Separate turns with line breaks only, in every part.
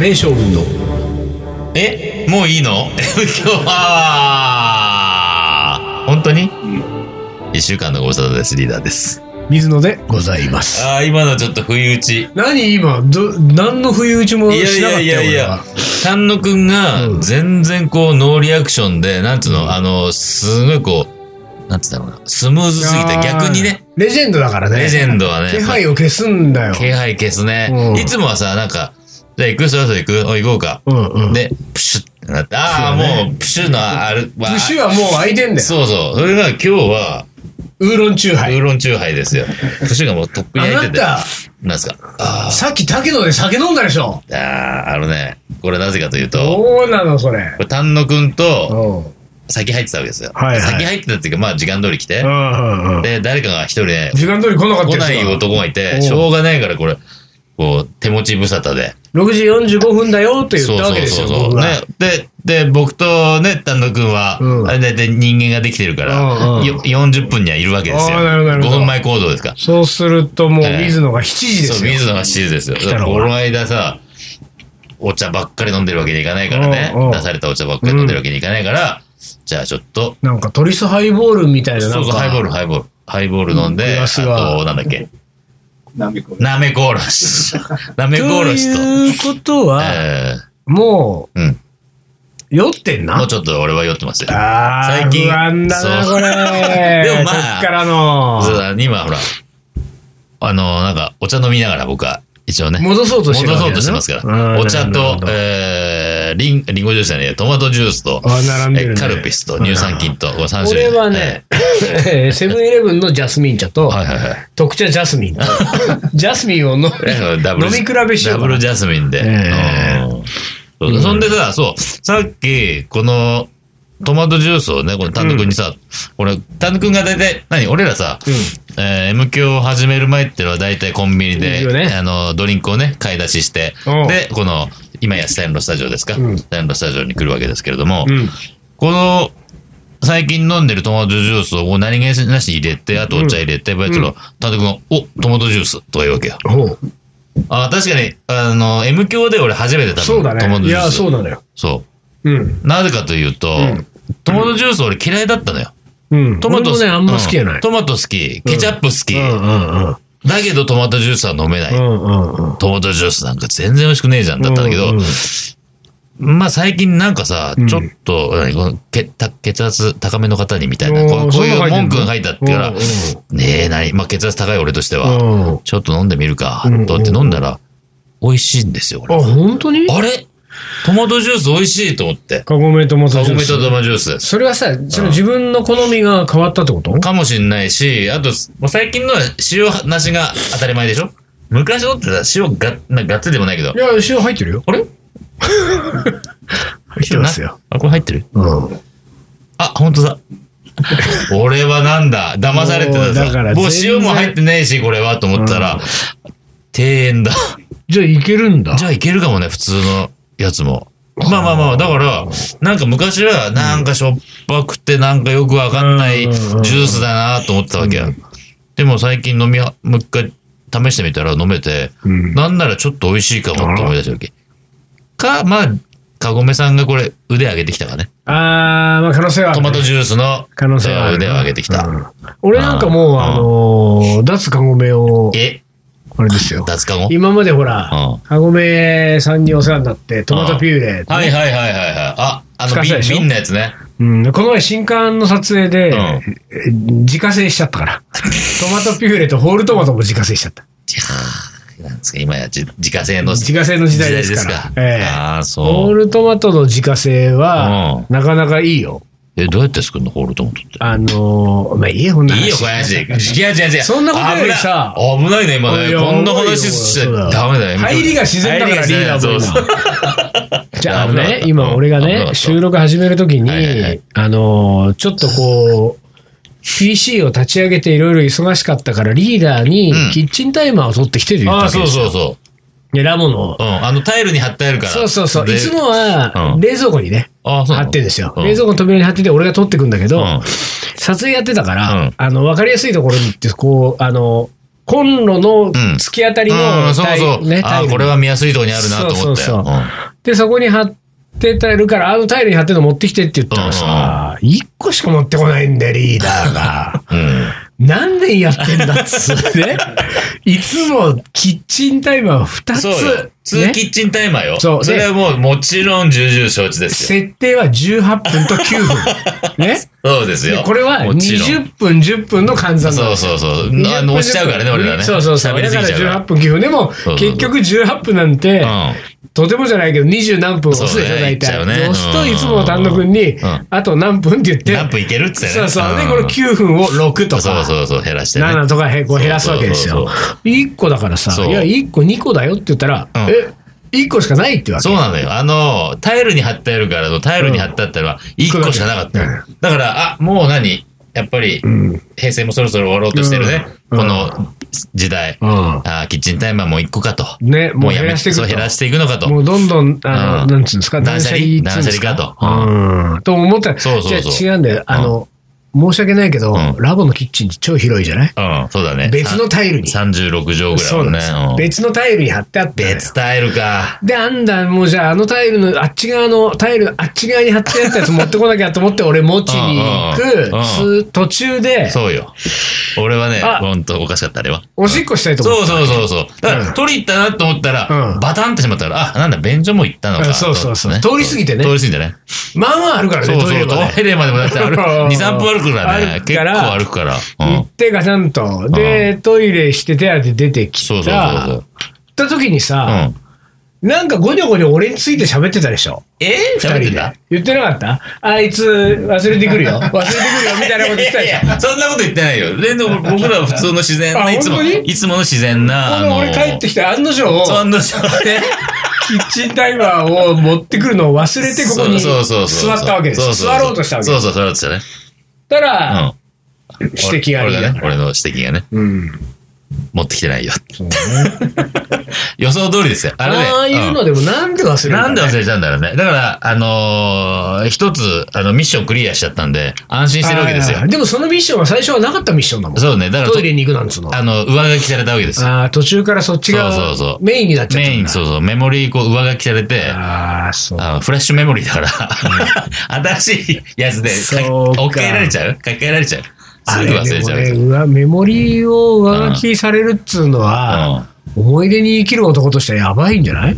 名将軍の
えもういいの 今日は本当に、一週間のご無沙汰ですリーダーです
水野でございます。
ああ今のちょっと不意打ち
何今、ど、何の不意打ちも
いや
し
い
なかっ
や
たよ。
いやいや丹野くんが
うん
全然こうノーリアクションでなんつうのあのすごいこうなんつうんだろうなスムーズすぎて
俺は
逆にね。
レジェンドだからね。
レジェンドはね
気配を消すんだよ。
気配消すね、
うん
いつもはさなんかじゃあ行くそろそろ行くおい行こうか、
うんうん。
でプシュッってなってああ、
そうね
もうプシュッのあるわ
節はもう開いてんだよ。
そうそうそれが今日は
ウーロンチューハ
ウ
イ。
ーロンチューハイですよ。プシュがもうとっくに
あ
開い
な
てて。
た、
なんすかあ
さっき竹野で酒飲んだでしょ。
ーあー、あのね、これなぜかというと、
ど
こ
うなのそれ。
れ丹野くんと
うん。うん
先入ってたわけですよ。
はいはい
先入ってたっていうか、まあ時間通り来て
う。んうん。
で、誰かが一人ね、
時間通り来なかったやつ
来
が
ない男がい
お
て、
う
しょうがないからこれ、こう、手持ち無沙汰で。
6時45分だよって言
そ
っ
う
たわけ
そ
ですよ。
うそうそう。
僕が
ね。で、で、僕とね、丹野くんは、
うん
あれ大体人間ができてるから、
うんうん
よ40分にはいるわけですよ。
あーなるほどなるほど
5分前行動ですから。
そうするともう
ええ
水野が7時で
そう、
すよ。
水野が7時ですよ。
た
だから
のは
この間さ、お茶ばっかり飲んでるわけにいかないからね
うんうん。
出されたお茶ばっかり飲んでるわけにいかないから、じゃあちょっと、
なんかトリスハイボールみたいな
そ
な
うんそう、
か。
ハイボール、ハイボール。ハイボール飲ん
グ
で、
ラ
あ
スが
と、なんだっけ。
なめこ。
なめこおろし。 なめこお
と
ろしと。
いうことは、
え
も
ーうん。
う酔ってんな。
もうちょっと俺は酔ってますよ。
あー
最近
不安だな、
そう
これ。
でもまあ
こっからの。
そうだ、今ほら、あの、なんか、お茶飲みながら僕は、一応ね。
戻そうとしてる
戻
わ
そ
け
う
だ
と
な
してますか
あー
ら。お茶
なるほ
と
ど、
えー、リン、リンゴジュースじゃねえやトマトジュースと、
あ並んでるね
えーカルピスと、乳酸菌と、この三種類。
俺はね、 セブンイレブンのジャスミン茶と、
はいはいはい。
特茶ジャスミン と。ジャスミンを飲み
ダブル
飲み比べしよう
ダ
か
ブ
な
ル。ジャスミンで。
ええ
うんそうだそんでさ、そう、さっき、この、トマトジュースをね、この丹野くんにさ、俺、丹野くんが大体、何俺らさ、えー M 響を始める前っていうのは大体コンビニ
いいよ
で、
ね
あの、ドリンクをね、買い出しして
おう、
で、この、今やスタンロスタジオですか、
うん
スタンロスタジオに来るわけですけれども、
うん。
この、最近飲んでるトマトジュースをもう何気なしに入れて、あとお茶入れて、ばやつの、丹野くんが、お、トマトジュースとか言うわけよ。
ほう。
あ確かに、あの、M 教で俺初めて多分
そうだ
トマト
ね。い
ジュー
や、
ス。
そうなのよ。
そ
うん。
うなぜかというと、
うん
トマトジュース俺嫌いだったのよ。
うん。
トマト
俺もね、あんま好きじゃな
う
い。
トマト好き、ケチャップ好き。
うんうんうん。
だけどトマトジュースは飲めない。
うんうんうん。
トマトジュースなんか全然美味しくねえじゃんだったんだけど、
うんうん
まあ最近なんかさ、
うん
ちょっと、何この血た血圧高めの方にみたいな、
おー
こうこうい
そんな
う
書いてん
文
だ
句が書いてあってから、
うんうん
ねえ、何、まあ血圧高い俺としては、
うん
ちょっと飲んでみるか、
うん
とって飲んだら、美味しいんですよ、これ
あ、本当に
あれトマトジュース美味しいと思って。
カゴメトマト
カ
ジ
ゴ
ュー
メ
ス
とトマトジュースです。
それはさ、その自分の好みが変わったってこと
かもしんないし、あと、もう最近のは塩なしが当たり前でしょ昔のってさ、塩が、なガッツリでもないけど
い。や、塩入ってるよ。
あれ
入ってますよ。。
なあ、これ入ってる
うん。
あ、ほんとだ。俺はなんだ騙されてた
もうだから
さ。もう
全然
塩も入ってないし、これは、と思ったら、庭園だ。
じゃあ、いけるんだ
じ。ゃあいけるかもね、普通のやつも。まあまあまあ、だから、なんか昔は、なんかしょっぱくて、なんかよくわかんない
う
ジュ
んうんうんうん
ースだなと思ってたわけや。でも最近飲みは、もう一回試してみたら飲めて、
うん
なんならちょっと美味しいかもって思い出したわけ。か、まあ、かごめさんがこれ腕上げてきたかね。
あー、まあ、可能性はある
ト
ね、
マトジュースの
可能性はあ
えー
る
腕
ね
を上げてき
う
た。
ん俺なんかもう、
うん
あのー脱カゴメを、
え、
あれですよ。
脱カゴ
今までほ
う
ら
ん、
カゴメさんにお世話になって、トマトピューレ、
はいはいはいはいはい。あ、あ
使
の
ってた
瓶
でしょ
瓶のやつね。
うん、この前新刊の撮影で、
うん
え自家製しちゃったから。トマトピューレとホールトマトも自家製しちゃった。
いやなんですか、今やじ自家製の。
自家製の時代ですから
時代
ええ
ああ、そ
ホー
う。
ルトマトの自家製は、なかなかいいよ。
え、どうやって作るのホールトマトって。
あのー、まあ、いいよ、こんな話
いいよ、この話。いや、違う違う。
そんなことよりさ
危ない危ないね、今
い
ね。
や
こんな話しちゃ
危ないよ
ダメだよ。
入りが自然だから
入りが自然
リーダーも
そうそう
じゃあ、あの
危なか
ね
っ、た
今俺が
危なかっ
ね、
た
収録始めるときに、
はいはいはい
あのー、ちょっとこう、PC を立ち上げていろいろ忙しかったから、リーダーに
うん
キッチンタイマーを取ってきてと言っ
あ
た
あ、
わけで
そう
すよ。
そうそ
でラモの
う。う、ん。あの、タイルに貼ってあるから。
そうそうそう、
で
いつもは
うん
冷蔵庫にね、
ああ、そう
貼
なの
ってんですよ。
うん
冷蔵庫の扉に貼ってて、俺が取ってくんだけど、
うん
撮影やってたから、
うん
あの、わかりやすいところに行って、こう、あの、コンロの
ん
突き当たりの
うん、そう
タイ
そう。
ねタイ
ああ、
ル
これは見やすいとこにあるなと思った
そうそう
よ。
そ
うん
で、そこに貼ってたるから、あのタイルに貼ってるの持ってきてって言ったらさ、一個しか持ってこないんだよ、リーダー が。
うん
何年やってんだっつってね。いつもキッチンタイマー2つ。
そうよ。
ね
2キッチンタイマーよ。
そう
それはもう、もちろん重々承知ですよ。
設定は18分と9分。 ね。
そうです
で
よ。
これは
もちろん。
20分、10分の換算
そう
う。
そうそう。
20
あの、押しちゃうからね、俺らね。
そうそうそう。
喋り
だ
す
か
ぎ
ら
ちゃ
18
うか
分9分。でも
そうそう、
結局18分なんて、
ら。うん。
とてもじゃないけど、二十何分押すでしょ、
そうね
大
いっちゃ
体。
うね
で押すと
うん
いつも丹野くんに
ん、
あと何分って言って。
何分いけるっつってね。
そうそう。で、
ん
これ9分を6と
そう
か、
そうそう、減らしてね。
7とかへこう減らすわけです
そう
よ
そう。
1個だからさ、
そう
いや、1個2個だよって言ったら、
うん
え、1個しかないってわけ
そう。なのよ。あの、タイルに貼ってあるから、タイルに貼ってあったのは、1個しかなかったよ。だから、あ、もう何やっぱり、平成もそろそろ終わろうとしてるね。
うん
この時代。
うん
あキッチンタイマーも1個かと。
ね、もう減
め
らしていく
そう、減らしていくのかと。
と。もうどんどん、あ
う
の、
ん
なんつうんですか、断捨離っつうんです
断捨離かと
うん。と思ったら、
そうそうそう
じゃあ違うんだよ。あの、申し訳ないけど
う、ん
ラボのキッチンって超広いじゃない
うん、そうだね。
別のタイルに。
36畳ぐらい
そ
あ
うな
る
ん
ね
です。
う
よ
ん。
別のタイルに貼ってあったのよ
別タイルか。
で、あんだ、もうじゃあ、あのタイルの、あっち側の、タイルのあっち側に貼ってあったやつ持ってこなきゃと思って、俺持ちに行
うんうん
く、つ途中で、
そうよ。俺はね、
あ
ほんとおかしかった、あれは。
おしっこしたいと思
そ
って。
うそうそうそう。だから、
うん
取り行ったなと思ったら、
うん
バタンってしまったら、あ、なんだ、便所も行ったの
うん
か。
そうそうそう
ね
通り過ぎてね
通り過ぎてね。
まあまああるから
そう
ね、ト
そう、
イレま
ト
で。
イレまでもだって歩く、
うん
2、3分歩くからね。
歩く
結
から
構歩くから。う
行っ
ん。
てガシャンと。で、トイレして手当て出てきた。
そうそうそうそう
った時に
う
さ、
ん。
なんかゴニョゴニョ俺について喋ってたでしょ
え
二
喋って
人
た
で。言ってなかったあいつ忘れてくる よ。忘れてくるよ、みたいなこと言ってた
い
でしょ
やいやそんなこと言ってないよ。全然僕らは普通の自然な、
あ
いつも、
本当に
いつもの自然な、
この俺帰ってきて案の定、
そんな、
で、キッチンタイマーを持ってくるのを忘れてここに
そうそうそう
座ったわけです
そう
よ。
そうそう
座ろうとしたわけ
そ
で
う
す。
そう、座ろうとしたね。
たら、
う
指摘があ
俺
りだ
俺がね、俺の指摘がね、
うん。
持ってきてないよ。
そうね
予想通りですよ。あれね。
ああいう
うん
のでもなんで忘れる
なんで忘
る
れちゃうんだろうね。だから、あのー一つ、あの、ミッションクリアしちゃったんで、安心してるわけですよ。
でもそのミッションは最初はなかったミッションだもん。
そうね。だから、
トイレに行くなんつうの。
あの、上書きされたわけですよ。
ああ、途中からそっち
そうそ
が
うそう
メインになっちゃったんだ。
メイン、そうそう、メモリー、こう、上書きされて、
ああ、そう。
あのフラッシュメモリーだから、新しいやつで書き、
そうか
置き換えられちゃう書き換えられちゃう。す
あ
ぐ
れ
忘れ
で
ち
も
ゃうや
ね、
つ。
うわ、メモリーを上書きされるっつうのは、
うん
思い出に生きる男としてはやばいんじゃない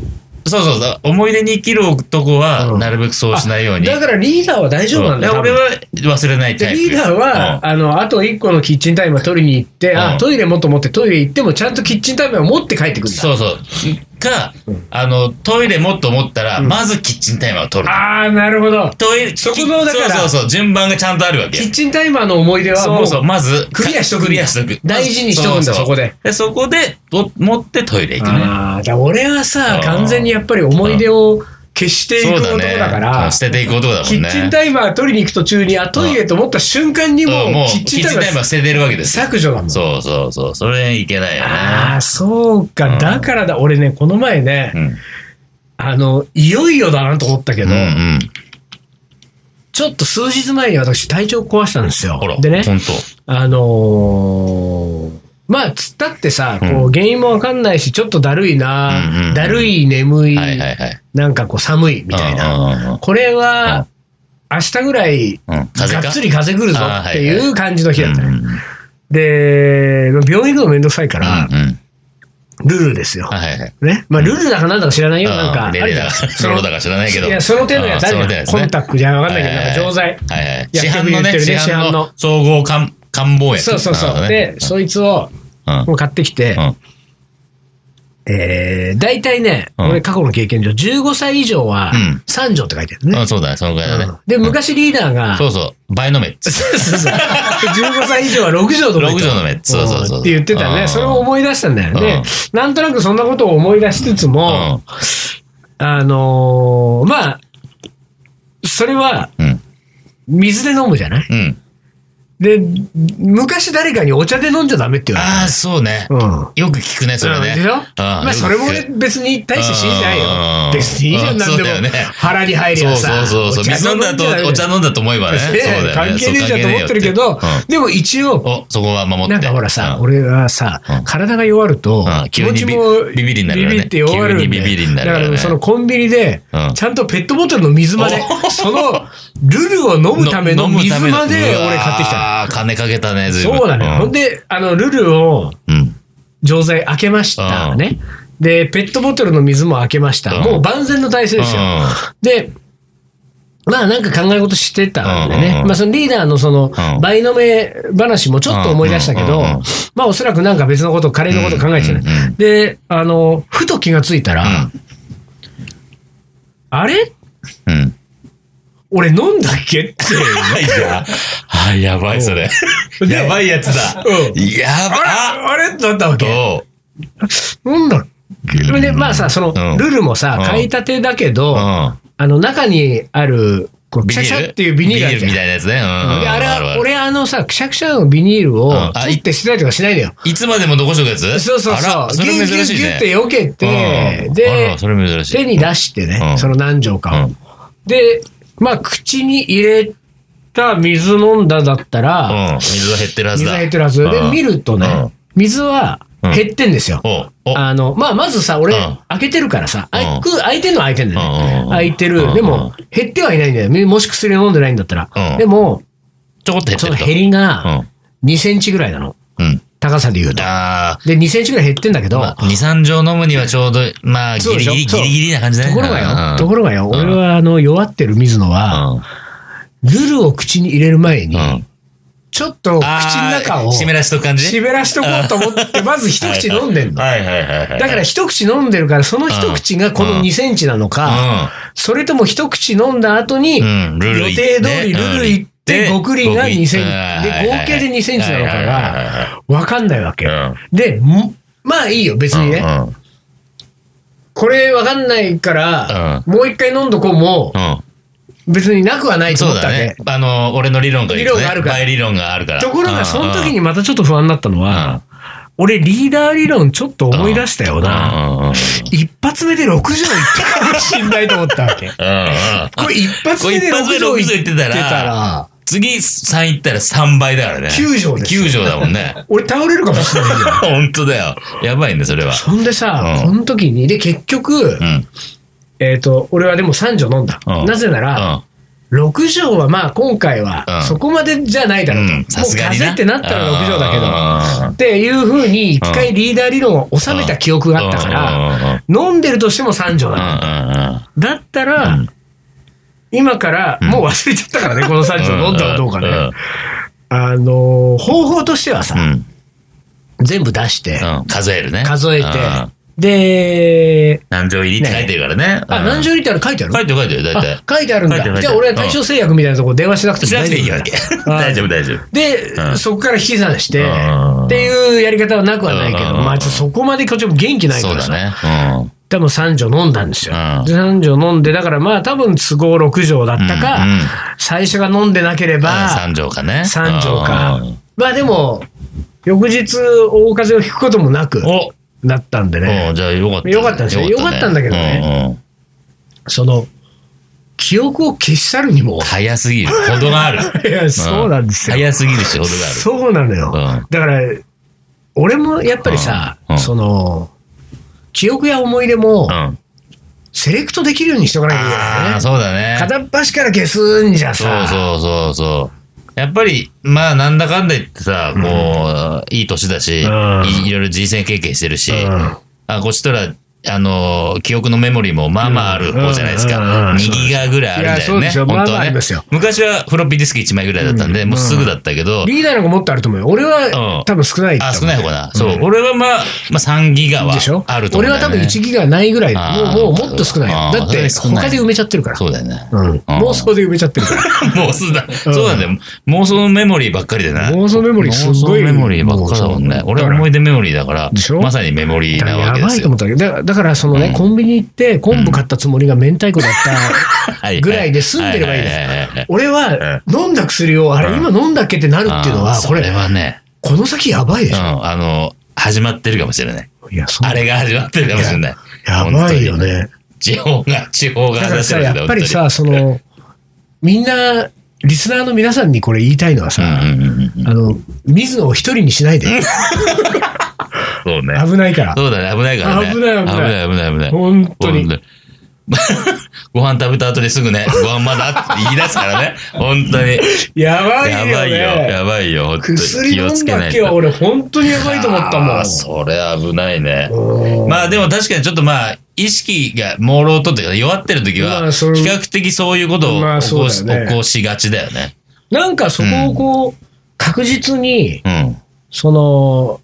そうそうそう。思い出に生きる
う
男は、
ん
なるべくそうしないように。
だからリーダーは大丈夫なんだ
う
よ。
ん俺は忘れないタ
で
イプ。
リーダーは、あの、あと1個のキッチンタイマー取りに行って、
う
あ、
ん
トイレもっと持ってトイレ行っても、ちゃんとキッチンタイマーを持って帰ってく
うん
るんだ。
そうそう。か、あの、トイレもっと思ったら、まずキッチンタイマーを取る。
ああ、なるほど。
トイレ、
そこのだから
そうそうそう、順番がちゃんとあるわけ
キ。ッチンタイマーの思い出はも、
そううそう、まず、
クリアしとくんだ
クリアしとく。
大事にしとくんだ
うう
そこで。
で、そこで、と持ってトイレ行くね。
ああ、だから俺はさ
う、ん
完全にやっぱり思い出を消していく
そ
男
うだ
だか
ね。う
ら
ん、捨てていく男だもんね。
キッチンタイマー取りに行く途中に、あ、トイレと思った瞬間にも
う
うん
もう、
キ
キ
ッチ
ッチ
ン
ン
タイマ
タイマ
ー
ー捨ててるわけですよ。
削除だもん。
そうそうそう。それいけないよ
あ
ね
あ、。そう
う
か。
ん
だからだ、俺ね、この前ね
う、ん。
あの、いよいよだなと思ったけ
うん
ど
う、ん。
ちょっと数日前に私体調壊したんですよ
ほら、。
でね、
ほんと。
あのーまあ、つったってさ、こ
う
う、原因もわかんないし、ちょっとだるいな、
うんうんうん
だるい、眠い、
はいはいはい。
なんかこう、寒いみたいな。
な。
これは、明日ぐらい、
うん。風
が
か
っつり風来るぞって
あーはい
いう感じの日だった
うん
ね。
うんうん
で、病院行くのめんどくさいから、
うんうん
ルールですよ。
はいはいはい。
ね。まあ、ルールだかなんだか知らないよ。なんか、あ
レ
る
レ
じゃん
だか、
その
ロロだか知らないけど。
いや、その手のやつあ
うんそ
る
の
じ
手の
ゃ
や
ん。
つ
コ
ね
ンタックじゃんわかんないけど、なんか錠
は
剤。
いはい。
薬
市
局
販
に売
の
って
ね、
る
市
ね
販
市販
の
の
総合官官房薬。
そうそうそ
な
う。
る
で、そいつを、
ほどね
もう買ってきて、
うん。うん。
えー、大体ね、
うん
俺過去の経験上、15歳以上は
うん
3錠って書いてあるね。
うんそうだね、そのぐらいだ
う
ね
ん。で、昔リーダーが、
そうそう、倍のめっつ。
そうそう15歳以上は6錠と
6錠のめっつ。そうそうそう。
って言ってた
う
ね。
ん
それを思い出したんだよね。なんとなくそんなことを思い出しつつ
う
も、
ん
あのーまあ、それは
うん。
水で飲むじゃない
うん。
で、昔誰かにお茶で飲んじゃダメって言われ
ああ、そうね。
た。うん。
よく聞くね、それね。
でしょ
うん
まあ、それも俺別に大して信じない
うん
よ。別にいいじゃ、
うんん
なんでも
そうだよね。
腹に入り
そ
ゃ
う
さ。
そうそうそう。水飲んだと、お茶飲んだと思えばね。そう
ね
だよね
関係ねえじゃんと思ってるけ
そう
ど
関係ねえよっ、て
でも一応、
うんお、そこは守って。
なんかほらさ、
うん
俺はさ、
うん
体が弱ると
う、ん
気
急に
持ちも
ビビビリになるよね
ビビって弱るんだよ
急にビビリにな
だ
るか
から
ね
ら、そのコンビニで
うん、
ちゃんとペットボトルの水まで
お、
そのルルを飲むための
飲む
水
ための
まで俺買ってき
う
た
わー金かけたね、ずいぶん。
の。そうだね。ほんで、あの、ルルを
うん。
錠剤開けましたね。で、ペットボトルの水も開けました。
うん
もう万全の体制ですよ。で、まあなんか考え事してたんで
うんうん
ね
う。ん
まあそのリーダーのその
うん
倍の目話もちょっと思い出したけ
うん
ど
うんうんうん、
まあおそらくなんか別のこと、カレーのこと考えてた
うんうんう
ね。で、あの、ふと気がついたら、あれ
う ん。うん。
俺飲んだっけっ て。
はい、じゃあ。あー、やばい、それ。
で
やばいやつだ。
うん
やば
あれあれだったわけ
おう
なんだっ
うん
けで、まあさ、その
うん
ルールもさ
う、ん
買いたてだけど、あ
うん
の中にある、こう、
ビ
く
ニ
しゃ
ー
く
ル
しゃっていうビニールあるじゃん
みたいなやつね。うんうん。
であれ
る
は、
る
俺あのさ、くしゃくしゃのビニールを
んあ
取って捨てたりとかしないのよ。
いつまでも残しとくや つ
そうそう
あ
そ
ら
う。
そ
ぎ
れ
ゅうぎゅう
珍しい
ぎゅうっ
ね。
て避けて
う、んあ
で
ら、それ珍しい。
手に出してね
う、ん
その何錠か
う
を。で、まあ、口に入れた水飲んだだったら、
うん。水は減ってるはず
水
だ。
が減ってるはず。で
う、ん
見るとね、水は減ってんですよ。
おうおう
あの、まあ、まずさ、俺
うん、
開けてるからさ、
う
開
ん
く、開いてるのは開いてるんだ
うんう
よ
んうん
ね。開いて
うんう
る。
ん
でも、減ってはいないんだよね。もし薬を飲んでないんだった
う
ら
ん。
でも、
ちょこっと減って
そ
る
の
と。
減りが2センチぐらいなの。
うん。うん。
高さで言うと。
あ
で、2センチぐらい減ってんだけど、
あ、2、3錠飲むにはちょうど、まあ、ギ
そう
リ
でしょ
ギリ、ギ
そう
リギリな感じだね。
ところが
うん
よ、ところがよ、
うん
俺はあの、弱ってる水野は、ルルを口に入れる前に
うん。、うん。
ちょっと口の中を
湿らしとく感じ
湿らしとこうと思って、まず一口飲んでんの。
はいはいはいはい。
だから一口飲んでるから、その一口がこの2センチなのか、それとも一口飲んだ後に、予
うん、うん、ルル行って
定通りルル行って、ごくりが2センチ。で、合計で2センチなのかが、
が、
わかんないわけ
う。ん
で、んまあいいよ、別にね。
うんうん
これわかんないから、もう一回飲んどこうも、
うん
別になくはないと
そ
思
う
ったわ
だ
け
ね。あの、俺の理論が言うとね
理論があるから
倍理論があるから。
ところが、その時にまたちょっと不安になったの
うん、
は、俺リーダー理論ちょっと思い出したよな。
うんうんうんうん
一発目で6畳いったかもしんないと思ったわけ。これ一発目で6畳いってた
これ一発目で六畳いってた
ら、
次3行ったら3倍だからね。
9畳ですよ
9畳だもんね。
俺倒れるかもしれないよ。
本当だよ。やばいね、それは。
そんでさ、
うん
この時に、で結局
う、ん。
えっと、俺はでも3錠飲んだ。
うん
なぜなら、6畳はまあ今回
うん
はそこまでじゃないだ
う
ろうんと。
うん。さすがに
もう風
な。
邪ってなったら6畳だけど。
だ
っていうふうに一回リーダー理論を収めた記憶があったから、
ら。
飲んでるとしても3畳なの。
う
だったら、今から、もう忘れちゃったから ね、この3
んうんう
畳
ん。
飲んだらどうかね。
ん
あのー方法としてはさ、
うんうん
全部出して、
うん数えるね。
数えて
うん、
で、
何錠入りって書いてるからね。
あ、
うん
何錠入りってある書いてある
書いてる書いてる、大体。
あ書いてあるん
書いてる書いてる
だ。じゃあ俺は対象製薬みたいなとこ電話しなくても
しなく
大丈
て
夫
いい
だ
わけ。
あ
大丈夫、大丈夫。
で、
うん
そこから引き算して、
うん
っていうやり方はなくはないけど、
うん
まあ、そこまでこっちも元気ないか
そう
ら
だ
さ、
ね。うん。
多分3錠飲んだんですよ。
うん
で3錠飲んで、だからまあ多分都合6錠だったか、
うんうん
最初が飲んでなければ
3錠かね。
3錠か
うん。
まあでも、翌日大風邪をひくこともなく
お
なったんでね
お、じゃあよかったね。
よかったですよ
ね
よかったんだけどね。
うんうん
その、記憶を消し去るに も、
早すぎる。ほどがある。
いや、そうなんですよ。
早すぎるし、ほどがある。
そうなのよ。
うん
だから、俺もやっぱりさ、
うんうん
その、記憶や思い出も
うん。あ
セレクトできるようにしとかなきゃいけない
あ
よ
ー、
ね。
そうだね。
片っ端から消すんじゃ
そう
さ、
そうそうそう。やっぱり、まあ、なんだかんだ言ってさ、もう、いい年だし、
うん
いいろいろ人生経験してるし、
うん
あこっちとら、あのー記憶のメモリーもまあまあある方じゃないです
うんうんうん
か。
うん
2ギガぐらいあるんだ
いやそ
よ
う
ね。
ですよ
本当はね
まあまあありますよ
昔はフロッピーディスク1枚ぐらいだったんで、もうすぐだったけど、
リーダーなんかもっとあると思うよ。俺は、
うん
多分少ないと思
あ、
う
少ない方かな。そう。俺はまあ、まあ3ギガは
でしょ
あると思う
俺
ん
は
だよ
多
ね。
分1ギガないぐらい
あー
もうもうもっと少
あ
ない
ー
よだって
それは少な
他
い
で埋めちゃってるから
そうだよね。
うん妄想で埋めちゃってるから
もうすぐだ。そうなんだよ。妄想メモリーばっかりでな。
妄想メモリーすっごい
妄想メモリーばっかだもん
もう
ね。
そう
俺は思い出メモリーだから
でしょ、
まさにメモリー
だか
な
ら
わ
や
けで
ば
す
いと
よ
思っ。たけどだだだからそのね、
うん
コンビニ行って昆布買ったつもりが明太子だっ
は
た
い
ぐらいで済んでればいい
はははは
で
は
す。俺は飲んだ薬を、あれ
うん
今飲んだっけってなるっていうの
あ
は
ー、
こ
それ
れ、
はね、
この先やばいで
うん、
しょ。
あの、始まってるかもしれない。
いや、そ
あれが始まってるかもしれない。
やばいよね。
地方が、地方が
だから
話して
さ、
るんだ
やっぱりさ、その、みんな、リスナーの皆さんにこれ言いたいのは
本
さ、
当にうんうんうんうん
あの、水野を一人にしないで。
そうね。
危ないから。
そうだね、危ないからね。
危ない危ない
危ない、危ない、危ない。
本当に。
に。 ご飯食べた後にすぐね、ご飯まだって言い出すからね。本当に。
やばい
や
よ、
ばいよ、
ね。
やばいよ。本当に
薬
気
飲
をつ
ん
け
だ
な
っ
い
けは
と。
俺、本当にやばいと思ったも
あ
ん
ー。それ危ないね。
うん
まあでも確かにちょっとまあ、意識が朦朧とっていうか弱ってる時
ま
は、
あ
比
それ
較的そういうことを
まあ
起
そ
こ
う
し,、
だよね
起こしがちだよね。
なんかそこをこう、確実に、
うん。
その、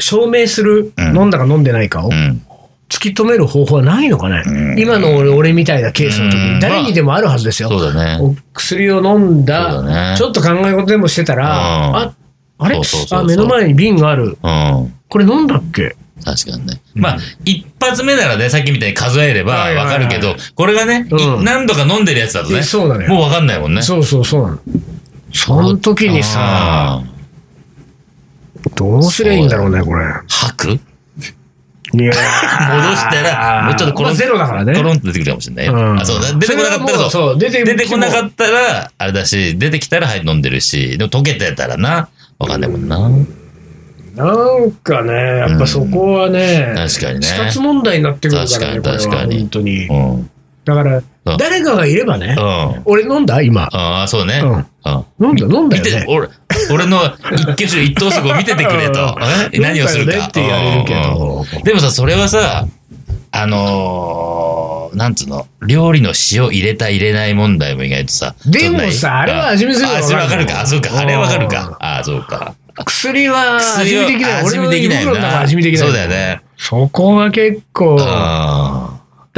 証明する、
うん
飲んだか飲んでないかを
うん。
突き止める方法はないのかね、
うん
今の俺俺みたいなケースの時
うん
に、誰にでもあるはずですよ。
そうだね。
お薬を飲ん
そ
だ
うだね
ちょっと考え事でもしてたら、
うん
ああれ
そうそうそうそう
あ目の前に瓶がある
うん。
これ飲んだっけ
確かにね。
うん
まあ、一発目ならね、さっきみたいに数えれば
はいはい
わ
はい
かるけど、これがね、い
うん
何度か飲んでるやつだとね
え、そうなのよ
もうわかんないもんね。
そうそうそうなのその時にさ
あー、
どうすりゃいいんだろうねこれ
吐く戻
いや
したら、もうちょっとコロン、
まあゼロだからね
コロンと出てくるかもしれないよ。
うん
あそうだ出てこなかった
それはも
らそう
うそう出て
出てこなか
っ
ったら、あれだし、出てきたら、はい、飲んでるし、でも溶けてたらな、わかんないもんな。
たなんかねやっぱそこはね
確かにね
死活問題になってくるからね
確かに
これは
確かに
本当に
うん。うん。
だから誰かがいればね
あ
俺飲んだ今
あ、そうね。
うん
うん。
飲んだ飲んだ
見
よ
て
ね、
俺、俺の一挙手一投足を見ててくれと。え何をする
飲んだよね
か。
って言われるけ
うん
ど
でもさ、それはさ、あのー、なんつうの、料理の塩入れた入れない問題も意外とさ。
でもさ
そんな
あれは味見すれば
あ
わかる
あそれわかるか。あ、そうか。あれはわかる
うん
か。あ、そうか。
薬は味見できない。
味
俺
見
の
で
胃
きない
袋の中は
な。
味見できない。
そうだよ。ね。
そこが結構。だ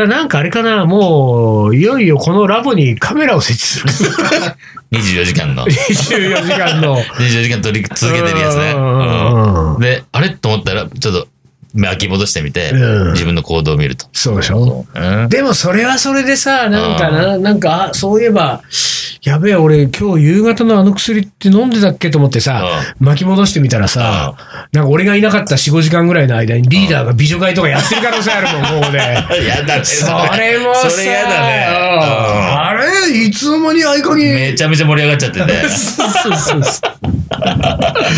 あ
なんかあれかな、もう、いよいよこのラボにカメラを設置す る。
ー24時間の。
24時間の。
24時間撮り続けてるやつね。
うんうんうん
うんで、あれと思ったら、ちょっと、巻き戻してみて、
うん
自分の行動を見ると。
そうでしょ
うん
でもそれはそれでさ、なんか
あ
な、なんか、あ、そういえば、やべえ、俺今日夕方のあの薬って飲んでたっけと思ってさ、巻き戻してみたらさ、なんか俺がいなかった4、5時間ぐらいの間にリーダーが美女会とかやってる可能性ある もん、もうね。
やだね。
それもさ、
それやだね。
あれいつの間に合
うん
鍵
めちゃめちゃ盛り上がっちゃってね。
そうそう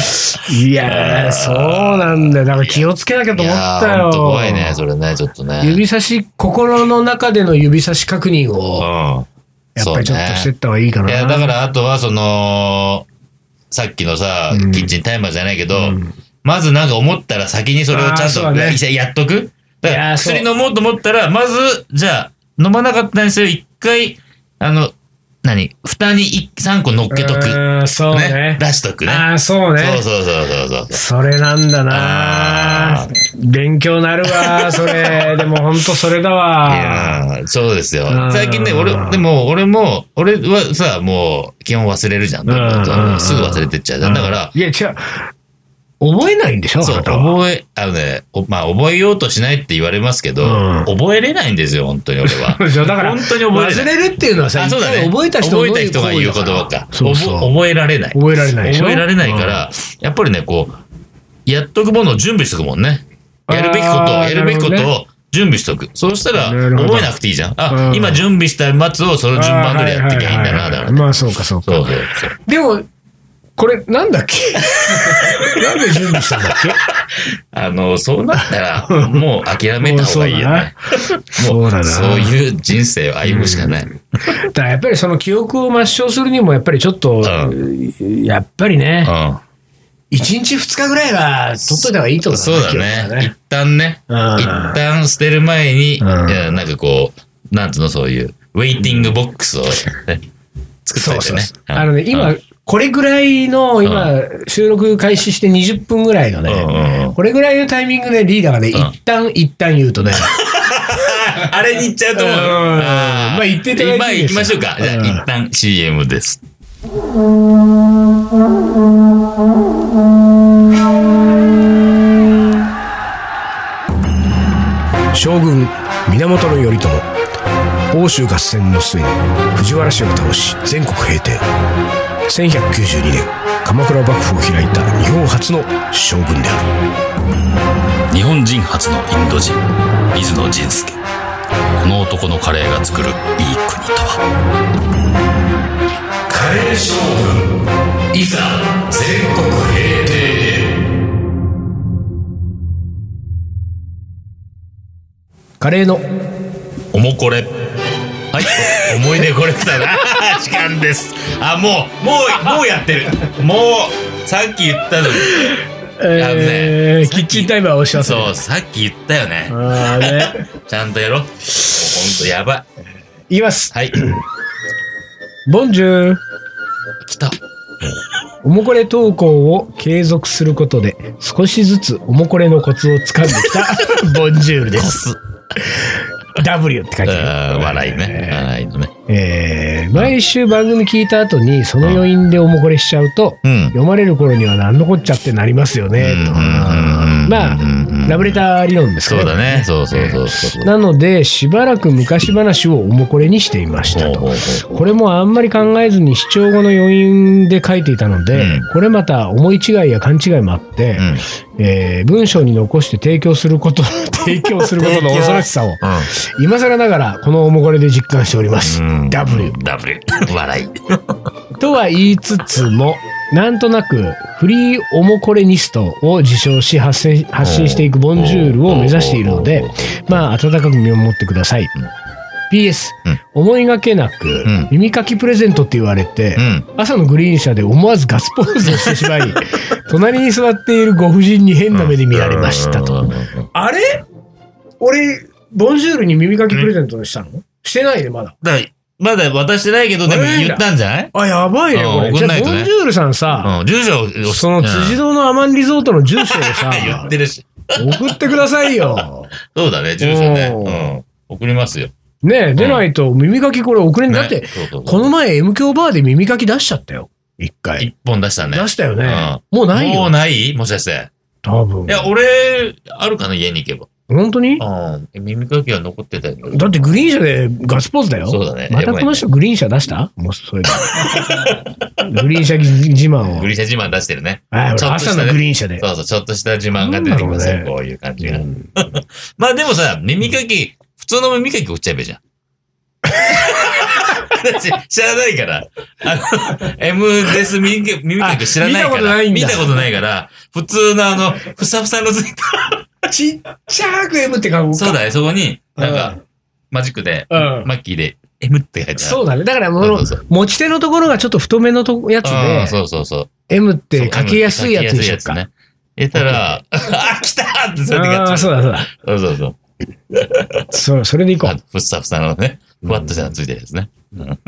そういやー、そうなんだよ。だから気をつけなきゃと
い
思
や
っ
ー
た
ほ
よ
ん。と怖いね、それね、ちょっとね。
指差し、心の中での指差し確認を、
うん
やっぱりちょっとしてっ。た方がいいか
そう
な。
ねいや、だからあとは、その、さっきのさ
うん、
キッチンタイマーじゃないけど
うん、
まずなんか思ったら先にそれ
あ
をちゃ
ー
ん
そうだ
と
ね
やっとく。だか
いや
ら
ーそう
薬飲もうと思ったら、まず、じゃあ、飲まなかったにせよ、一回、あの、何蓋に3個乗っけとく。
うんそう
ね
ね。
出しとくね。
ああ、そうね。
そうそうそうそうそう。
それなんだな
あ
勉強なるわ、それ。でも本当それだ
い
わ。
やーそうですよ
う。ん
最近ね、俺、でも、俺も、俺はさ、もう、基本忘れるじゃん。
うんうんうん
すぐ忘れてっちゃう。だから、
いや、違う。覚えないんでしょ
そう、
あなたは
覚え、あのね、おまあ、覚えようとしないって言われますけど、
うん。
覚えれないんですよ、本当に俺は
そうだから、
本当に覚えれ
忘
ない。
れるっていうのはさ、
あ、そうだ
一
ね。
回覚えた人の
覚えた人が言う言葉か。
そうそう
覚覚えられない。
覚えられないでしょ
覚えられないから、やっぱりね、こう、やっとくものを準備しとくもんね。やるべきことを、
あー
やるべきこ
なる
と
ほ
を準備しとく。そうしたら、
なるほど
覚えなくていいじゃん。あ、
うん
今準備した松をその順番通りやってきゃいいんだな、
あーははは
だ
は
か
い
らね。
まあそうかそう
そう
か。
そう
でも、これなんだっ けなんで準備したんだっけ
あの、そうなったら、もう諦めた方がい いよね。
そ
も
う
う、
だな
そういう人生を歩むしかない。
だからやっぱりその記憶を抹消するにもやっぱりちょっと、やっぱりね、
う
一1日2日ぐらいは取っといた方がいいってこ
ん。
と
そうだね。一旦ね、
うん
一旦捨てる前に、い
うん
やなんかこう、なんつうの、そういう、ウェイティングボックスをね、作っ
そ
というて
そう
ね
そう。
うん
あのね、今、これぐらいの、今、収録開始して20分ぐらいの
うんうんう
ね
ん、
これぐらいのタイミングでリーダーがね、
ん
一旦一旦言う とね、
あれに行っちゃうと思う。
うん
あー
まあ行っていただいていい
まあ行
で
き
す
ましょうか。じゃ
うん
あ、一旦 CM です。
源頼朝欧州合戦の末に藤原氏を倒し全国平定1192年鎌倉幕府を開いた日本初の将軍である
日本人初のインド人水野仁介この男のカレーが作るいい国とは
カレー将軍いざ全国平定へ
カレーの
おもこれはいお思い出これだな 時間ですあもうもうもうやってるもうさっき言ったのにやる
えー、キッチンタイマーをします
そうさっき言ったよね
あー ね
ちゃんとやろうもうほんとやばい
言います
はい
ボンジュール
来た
おもこれ投稿を継続することで少しずつおもこれのコツをつかんでき たボンジュールで
コ
す
ス
W って書いてあ
あー
る
笑いね笑いのね
えー毎週番組聞いた後にその余韻でおもこれしちゃうと、
うん
読まれる頃には何のこっちゃってなりますよね、と。まあ、ラブレター理論ですか
そ
ね。
うだねそうそうそうそう
なので、しばらく昔話をおもこれにしていました
ほうほう
と。
ほう
これもあんまり考えずに視聴後の余韻で書いていたので、
うん
これまた思い違いや勘違いもあって、
うん
えー文章に残して提供する こと、提供することの恐ろしさを、
う
今更ながらこのおもこれで実感しております。
ん
W。
W 笑い
とは言いつつも、なんとなくフリーおもこれニストを自称し発信発信していくボンジュールを目指しているので、まあ、温かく見守ってください。PS、
うん
思いがけなく、
ん
耳かきプレゼントって言われて、
うん
朝のグリーン車で思わずガスポーズをしてしまい、隣に座っているご婦人に変な目で見られましたと。あれ俺、ボンジュールに耳かきプレゼントしたの、してないで、まだ。
だからまだ渡してないけどでも言ったんじゃない
あ、やばいね、
うん
これ。
送
じ
ん
ゃあ、
ないと
ボ
ね
ンジュールさんさ、
うん住所を
その辻堂のアマンリゾートの住所をさ
うん 言ってるし
送ってくださいよ。
そうだね住所
お
ねうん送りますよ
ねえ、出ないと耳かきこれ送れん
ね
だって、
そうそうそう
この前 M 響バーで耳かき出しちゃったよ。一回。
一本出したね
出したよね。もうない
もう
よ。
ないもしかして
多分
い。や俺あるかな家に行けば
本当に
うん耳かきは残ってたけど
だってグリーン車でガッツポーズだよ。
そうだね
またこの人グリーン車出したもうそれ グリーン車自慢
グ
を。
リシャ自慢出してるね
あ
ちょっとした
朝
ね
のグリーン車で。
そうそう、ちょっとした自慢が出てきます
なん
よ、
だろ
こういう感じ
う
が。
ん
まあでもさ、耳かき、普通の耳かき売っちゃえばい いじゃん。私、知らないから。あの、M です耳かき耳かき知らないか
あ見たこと
ら。
ないんだ
見たことないから、普通のあの、ふさふさのついた。
ちっちゃく M って書こうか
そうだね、そこに、なん
う
か、マジックで、
うん
マッキーで、M って書いてある。
そうだね。だから、この
そうそうそ、
持ち手のところがちょっと太めのとこやつ
うん
で、
そうそうそう。
M って書きやすいやつにしよっ
書き
か。
やすいやつね。入れたら、あ、来たーってそれで買っち
あ
ゃ
あ、
う。
そうだそうだ。
そうそうそう。
そそれでいこ
あのふっさふさのね、ふわっとしたのついてるやつね。
う。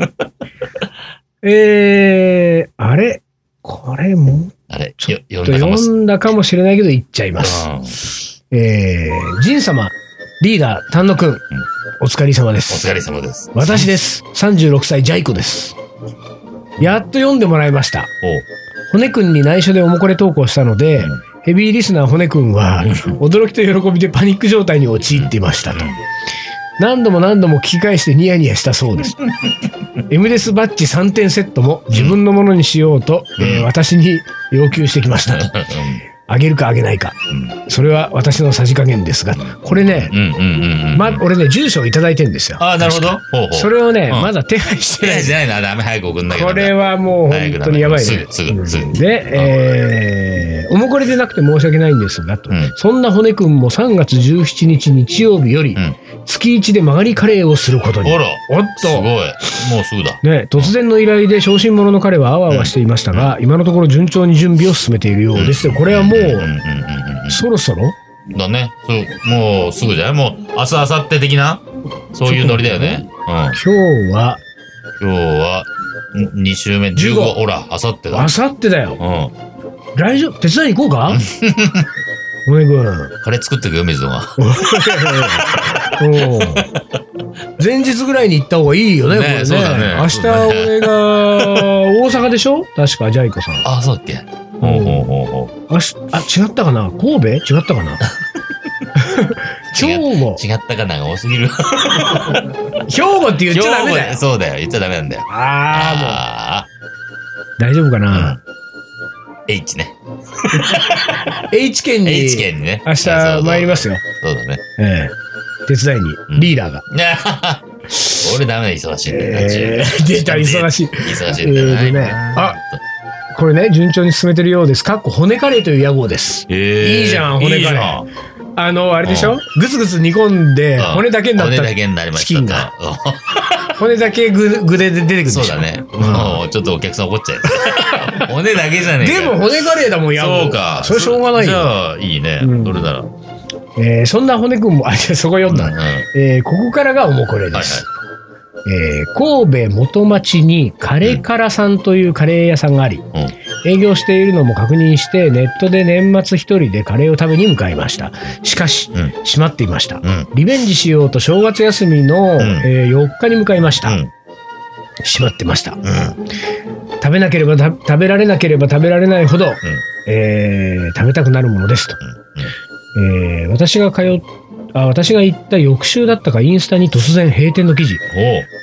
えー、あれこれも
あれ、
ちょ
よ読ん
っと
だかも
読んだかもしれないけど、言っちゃいます。
うん
えー、ジン様、リーダー、丹野くん、お疲れ様で
お
す。
疲れ様です。
私です。36歳、ジャイコです。やっと読んでもらいました。
おう
骨くんに内緒でおもこれ投稿したので、
うん
ヘビーリスナー骨くんは、驚きと喜びでパニック状態に陥っていましたと。何度も何度も聞き返してニヤニヤしたそうです。エムデスバッジ3点セットも自分のものにしようと、
うん
えー私に要求してきましたと。あげるかあげないか。それは私のさじ加減ですが、これね
う、んうんうんうんうん。
ま、俺ね、住所をいただいてるんですよ。
ああ、なるほど。ほうほう。
それをね、
うん
まだ手配して
い
ない
や、じゃないな。ダメ、早く送んなきゃ
こ
ダメだ。
れはもう本当にやばいね。
すぐすぐすぐ
で、えー、おもこれでなくて申し訳ないんですが、と
うん
そんな骨くんも3月17日日曜日より、
うん
月1で曲がりカレーをすることに。
ほら、
おっ
すごい
と。
もうすぐだ。
ね、突然の依頼で小心者の彼はあわあわしていましたが、今のところ順調に準備を進めているようです。これはも
うんうんうん
う、そろそろ
だね。そう、もうすぐじゃないもう、明日、明後日的な、そういうノリだよね。うん。
今日は、
今日は、2週目、
15
15。ほら、明後日だ
あ。さってだよ。
うん。
来週、手伝い行こう か骨くん。
カレー作ってくよ、水野が。
うん前日ぐらいに行った方がいいよね、
ね
これね。
そうだね
明日俺が大阪でしょ確か、ジャイコさん。
ああ、そうだっけ。ほうほうほうほう。
明日あ、違ったかな神戸違ったかな兵庫。
違ったかなが多すぎる。
兵庫って言っちゃダメだ
兵庫
よ。
そうだよ。言っちゃダメなんだよ。
ああ、も
あ
う。大丈夫かな、
あ、H ね。
?H 県に。
H 県にね。。
明日参りますすよ。
そうだね。
ええ。手伝いに、リーダーが。
俺ダメだ、忙しいんだよ。
えー出た忙しい
忙しい
え
んだよ
ーとね、あこれね、順調に進めてるようです。かっこ骨カレーという屋号です。
えー
いいじゃん骨カレー
いいじゃん
あの、あれでし
う
ょ
ん
ぐつぐつ煮込んで、
うん
骨だけになった。
骨だけになりました。
チキンが。
う
骨だけ具具で出てくるで
ん
し
そ
ょ。
うだね。もう、ちょっとお客さん怒っちゃう。 骨だけじゃねえ
で
かよ
も骨カレーだもん、屋号。
そうか。
それしょうがない
じ
よ。
ゃあ、いいね。
うん
どれなら。
えーそんな骨くんも、あ、違うそこ読んだ。
うんはい
えーここからがおもこれ
は
で
い。
す。えー神戸元町にカレカラさんというカレー屋さんがあり、
うん
営業しているのも確認してネットで年末一人でカレーを食べに向かいましたしかし、
うん
閉まっていました、
うん。
リベンジしようと正月休みの、
ん
えー4日に向かいました、
うん
閉まってました
うん。
食べなければた食べられなければ食べられないほど、えー食べたくなるものですと、えー私が通っあ私が行った翌週だったかインスタに突然閉店の記事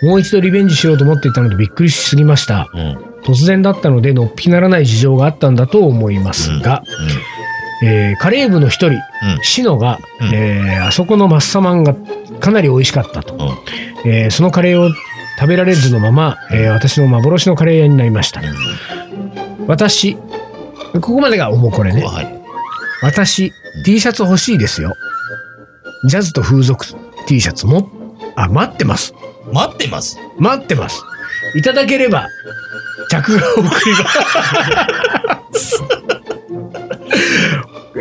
おう。
もう一度リベンジしようと思っていたのでびっくりしすぎました。
うん。うん。
突然だったので、のっぴきならない事情があったんだと思いますが、えーカレー部の一人、シノが、
うん
えーあそこのマッサマンがかなり美味しかったと。
うん。うん。
えーそのカレーを食べられずのまま、えー私の幻のカレー屋になりました。私、ここまでが思うこれね。
はい。
私、T シャツ欲しいですよ。ジャズと風俗 T シャツも、あ、待ってます。
待ってます。
待ってます。いただければ、着が送ります。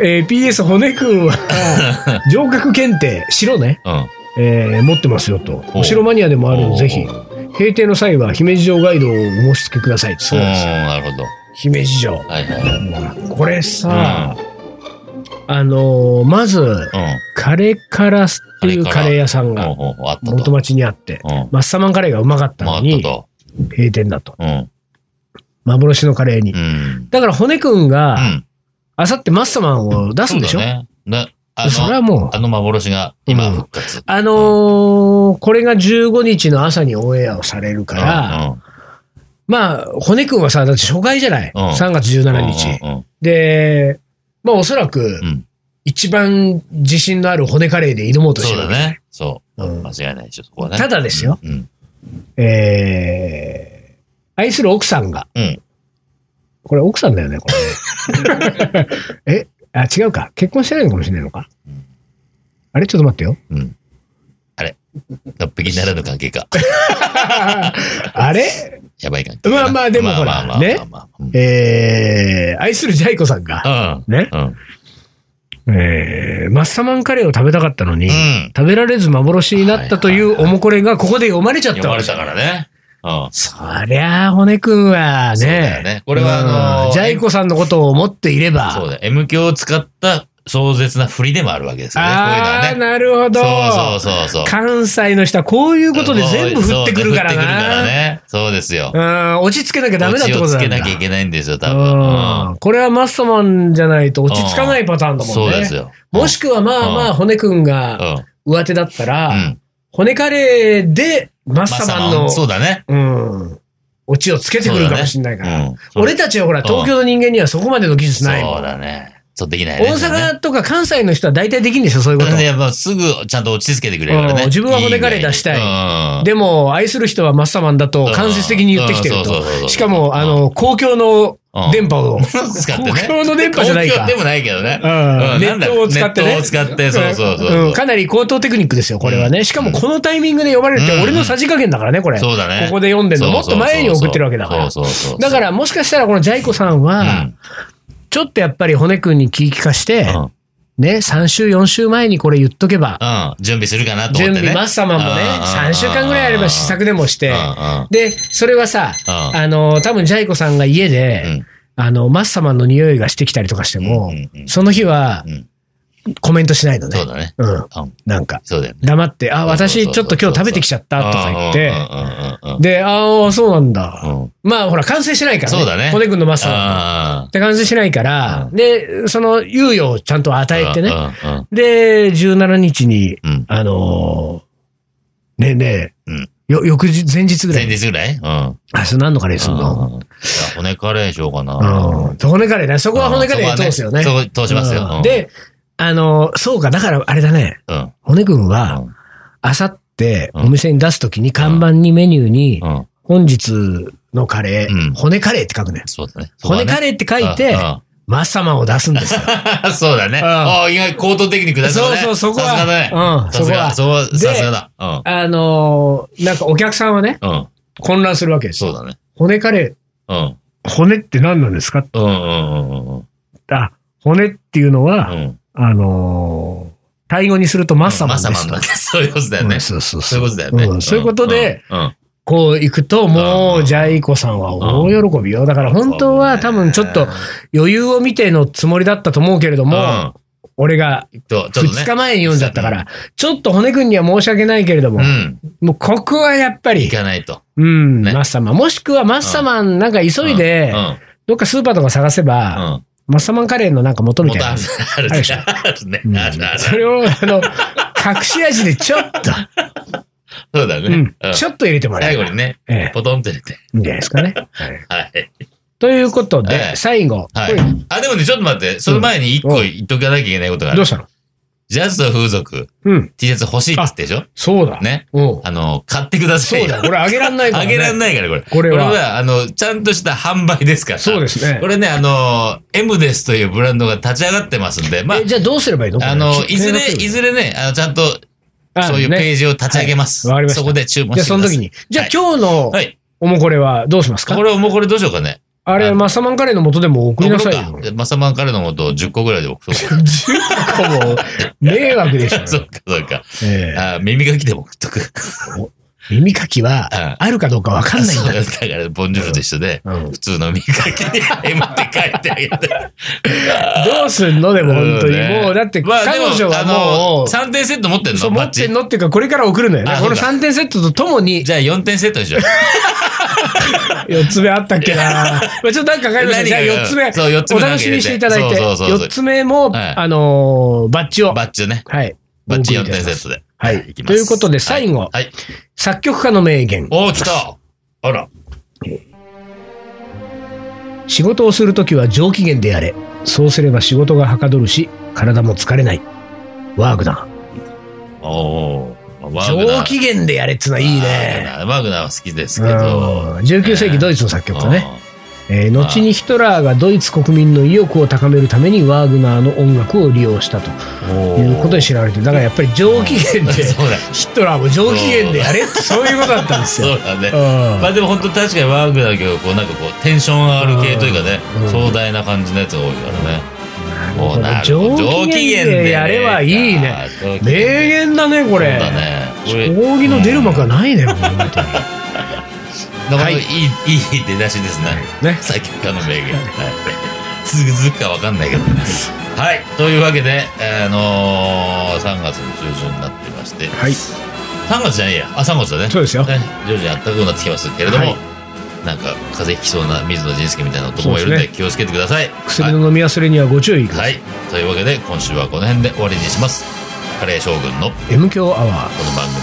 えー PS 骨くんは、上角検定、白ね、
うん。
えー持ってますよと。
お
お城マニアでもあるの
お
で、ぜ
う
ひ
おうおう。
閉店の際は、姫路城ガイドをお申し付けください。そう
うん
です。
なるほど。
姫路城。
はいはい。
これさ、あのーまず、
う
カレーカラスっていうカレー屋さん
ん。ほう
が、
ほうほうあったと。
元町にあって、
うん。
マッサマンカレーがうまかった
まあ、あ
の
った
に、
と。
閉店だと。
うん。
幻のカレーに
う。ん。
だから骨くん
う
が、
ん。
あさってマッサマンを出すんでしょ、
そうだね。ね。あ
それ
の、
はもう
あ、の幻が今復活。
あのーこれが15日の朝にオンエアをされるから、まあ、骨くんはさ、だって初回じゃない、
うん
?3 月17日。
うんうんうん
で、まあおそらく
うん、
一番自信のある骨カレーで挑もうとし
そ
て
う
る。
だね。そう。
うん
間違いないでしょ、そこはね。
ただですよ、
うん。
えー、愛する奥さんが、
うん。
これ奥さんだよね、こ れね。えあ、違うか。結婚してないのかもしれないのか。あれちょっと待ってよ。
うん。あれのっぴきならぬ関 係か。
あれ
やばい関係かな。
まあまあでもほら
まあまあ
ね
まあまあま
えー、愛するジャイコさんが、
あうん。
ね、
うん。
えー、マッサマンカレーを食べたかったのに、
うん。
食べられず幻になったというおもこれがここで読まれちゃった
読
わ
ま
け
れたからね。うん。
そりゃあ、骨くんは
そうだよ
ね、
ねこれはあのー
うんジャイコさんのことを思っていれば、
そうだ。M 響を使った壮絶な振りでもあるわけですよね。こういうの
あ
は
あ、
ね。
なるほど。
そうそうそうそう。
関西の人はこういうことで全部振ってくるから
そう振ってくるから
な。
ね。そうですよ。
うん、落ち着けなきゃダメだってことなんだ。
オチをつけなきゃいけないんですよ、多
うん
分。
これはマストマンじゃないと落ち着かないパターン
うん
だもんね。
そうですよ。
もしくはまあまあ、骨くん
う
が
ん。
上手だったら、
うん。
骨カレーでマッ
ま
サ
さ
マンの、
まそうだね。
うん、オチをつけてくるかもしれないから。
うん。
俺たちはほら、
ん
東京の人間にはそこまでの技術ないもん。
そうだね。そうできないね。
大阪とか関西の人は大体できんでしょ、そういうこと。
いや、まあ、すぐちゃんと落ち着けてくれるから
う
ね。
ん自分は骨カレー出したい
い
でも、愛する人はマッサマンだと間接的に言ってきてる
うんそうそうそうそ
と。
う
しかも、あの、公共の電波を。
うん、使ってね。
公共の電波じゃないか
公共でもないけどね。
うんネットを使ってね
ネットを使って、 そうそうそうそう。
うんかなり高等テクニックですよ、これはね。しかも、このタイミングで呼ばれるって、
うん
俺のさじ加減だからね、これ。
そうだね。
ここで読んでんの。もっと前に送ってるわけだから。
そうそうそうそう。
だから、もしかしたら、このジャイコさんは、ちょっとやっぱり骨くんに聞きかして、
うん、うん。
ね、3週、4週前にこれ言っとけば、
うん。準備するかなと思
準
ってね。
備、マッサマンもね、3週間ぐらいあれば試作でもし
で
て
うん、うん。
で、それはさ、
うん
あの、多分ジャイコさんが家で、
うん
あの、マッサマンの匂いがしてきたりとかしても、
うんうんうん
その日は、
うん
コメントしないのね。
そうだね。
うん。
うん。
なんか、
そうだよね。
黙って、あ、
そうそうそう
私ちょっと今日食べてきちゃったとか言って、で、ああ、そうなんだ。
うん。うんうんうんうんうん
まあ、ほら、完成してないからね。
そうだね
骨君のマスターの
あ
で、完成してないから、
う
で、その、猶予をちゃんと
ー
与えてね。
うんうん
で、17日に、
うん
あのーねえねえ、
うん
よ、翌日、前日ぐら
前
いに。
日ぐらいうん。あ
あ、そうなんのカレーすんの
ーいや骨カレーにしようかな。
うん。骨カレーね。そこは骨カレー
うん
通すよね。
そこはそこ通しますよ。
うん
うん、
で、あのーそうか、だからあれだね。
うん、
骨くんは
うん、
あさって
うん
お店に出すときに看板にメニューに
う、ん。
本日のカレー、
うん
骨カレーって書くね。
そうだね。
骨カ
レ
レーって書いて、マッサマンを出すん ですよ。
そうだね。
うん
ああ、意外、高等テクニックだね。
そうそうそこは
さすがだね。
うん
さすが。
そ
そこは、
で
さすがだ。う
あのーなんかお客さんはね、
ん。うん。
混乱するわけですよ。
そうだね。
骨カレ
うん。
ー、骨って何なんですか
うんうんうんうん
あ、骨っていうのは、
うん。
あのー、タイ語にするとマッサマンですと。
マッサマンだね。 そういうことだよ
う
ね
ん。そうそう
そ
そう
いう
う。
ことだよね。
うんそういうことで
うん、うん。
こう行くと、も
う
う、
ん
ジャイコさんは大喜びよ。だから本当は多分ちょっと余裕を見てのつもりだったと思うけれど
うん、
も、
も
俺が
うん、とちょっとね
2日前に読んじゃったから、ちょっと骨くんには申し訳ないけれども、
うん。
もうここはやっぱり
行、かないと。
うん、
ね
マッサマン。もしくはマッサマンなんか急いで
う、ん。
どっかスーパーとか探せ
う
ば、
ん。
マッサマンカレーのなんか元みたいな
元
のあ
あ
る
るある
あるでしょ
あるね。
うん
あるある。
それを、あ の、隠し味でちょっと、
そうだ
う
ね
ん。ちょっと入れてもらえ
最
ば
後にね、
ええ
ポトンって入れて。
いいんじゃないですかね。はい
はい。
ということで、
ええ
最後、
は
こ
い
れ。
あ、でもね、ちょっと待って、その前に一個言っとかなきゃいけないことがあ
ど
る
うし。たの
ジャズと風俗、
うん、
T シャツ欲しいっつってでしょ
そうだ。
ね。
うん。
あの、買ってくださ
そ
いう
だ、
よ。
これあげらんないから、
あ
ね。
げらん
い。
ないから、これ。
これは
あの、ちゃんとした販売ですから。
そうですね
これね、あの、M ですというブランドが立ち上がってますんで、まあ
え、じゃあどうすればいいの
あの、いずれ、い
ず
ずれね、あの、ちゃんと、そういうペー
ジ
ジを立ち上げます。
はいわかりました
そこで注文
じ
し
ゃあその
てください。
時に。じゃあ
はい
今日の、
はい。
おもこれはどうしますか
これ、もうこれどうしようかね。
あ
あ
れ、
の
マッサマンカレーの元でも送りなさい
送
よ
ろう。かマサマンカレーのことを10個ぐらいで送っとく。
10個も迷惑でしょ、
そうか、そうか。
ええ
あ耳がきでも送っとく。
耳かきは
うん
あるかどうかわかんないん
そう
だ。
だから、ボンジュールと一緒で、
うん
普通の耳かき に M って書いてあげて。
どうすんのでも本当に。
うんね
もう、だって、
まあ
彼女はもう、
あの3点セット持ってん
そう、
の
持ってん
の
のっていうか、これから送るのよね
あ。
この
そうだ
3点セットとともに、
じゃあ4点セットでしょ。
4つ目あったっけな まあちょっとなんか考えました。
何
じゃ
が
あ4つ
そう四つ
目、
目
お楽しみにしていただいて、
そうそうそうそう
4つ目も、
はい
あのー、バッジを。
バッチね。
はい。
バッチ
お
4
送りい
点
たし
セ
ます
ットで。
はい
きま
と
す
いうことで最後
はいはい。
作曲家の名言。
おー、来たあら。
仕事をするときは上機嫌でやれ。そうすれば仕事がはかどるし、体も疲れない。ワーグナ
おー。ワ
ー。
ーグナー
上機嫌でやれっつうのはいいね。
ワーグナーワーグナーは好きです
うん
けど。
19世紀ドイツの作曲家ね。
うん。
えー後にヒトラーがドイツ国民の意欲を高めるためにワーグナーの音楽を利用したということで知られてるだからやっぱり上機嫌 で
そうだ。
ヒトラーも上機嫌でやれってそういうことだったんです
そ
よ。
うだね
う。ん
まあでも本当確かにワーグナーけどこうなんかこうテンション上がる系というかね、
うん
壮大な感じのやつが多いからね。お
なるほど上機嫌でやればいいね。。
上
名
機嫌でね
言だねこ
そう
れ。
だね。これ
将棋の出る幕がない ね。これ本当に
なかなか
はい
いい、いい出だしですね。
ね。
作曲家の名言。はい。続く続くかわかんないけど。 はい。というわけで、あのー、3月の中旬になってまして、
はい。
3月じゃないや。あ、3月だね。
そうですよ。
ね、徐々に暖かくなってきますけれども、
はい
なんか風邪ひきそうな水野仁介みたいな男もいるん
そう
で
で
気をつけてください。
薬の飲み忘れにはご注意くだ
は
さい。
いはい。というわけで、今週はこの辺で終わりにします。カレー将軍のこ
M 強アワ
の番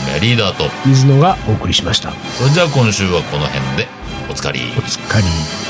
組はリーダーと、
ー水野がお送りしました。
それじゃあ今週はこの辺で、おつかり。
お疲れ。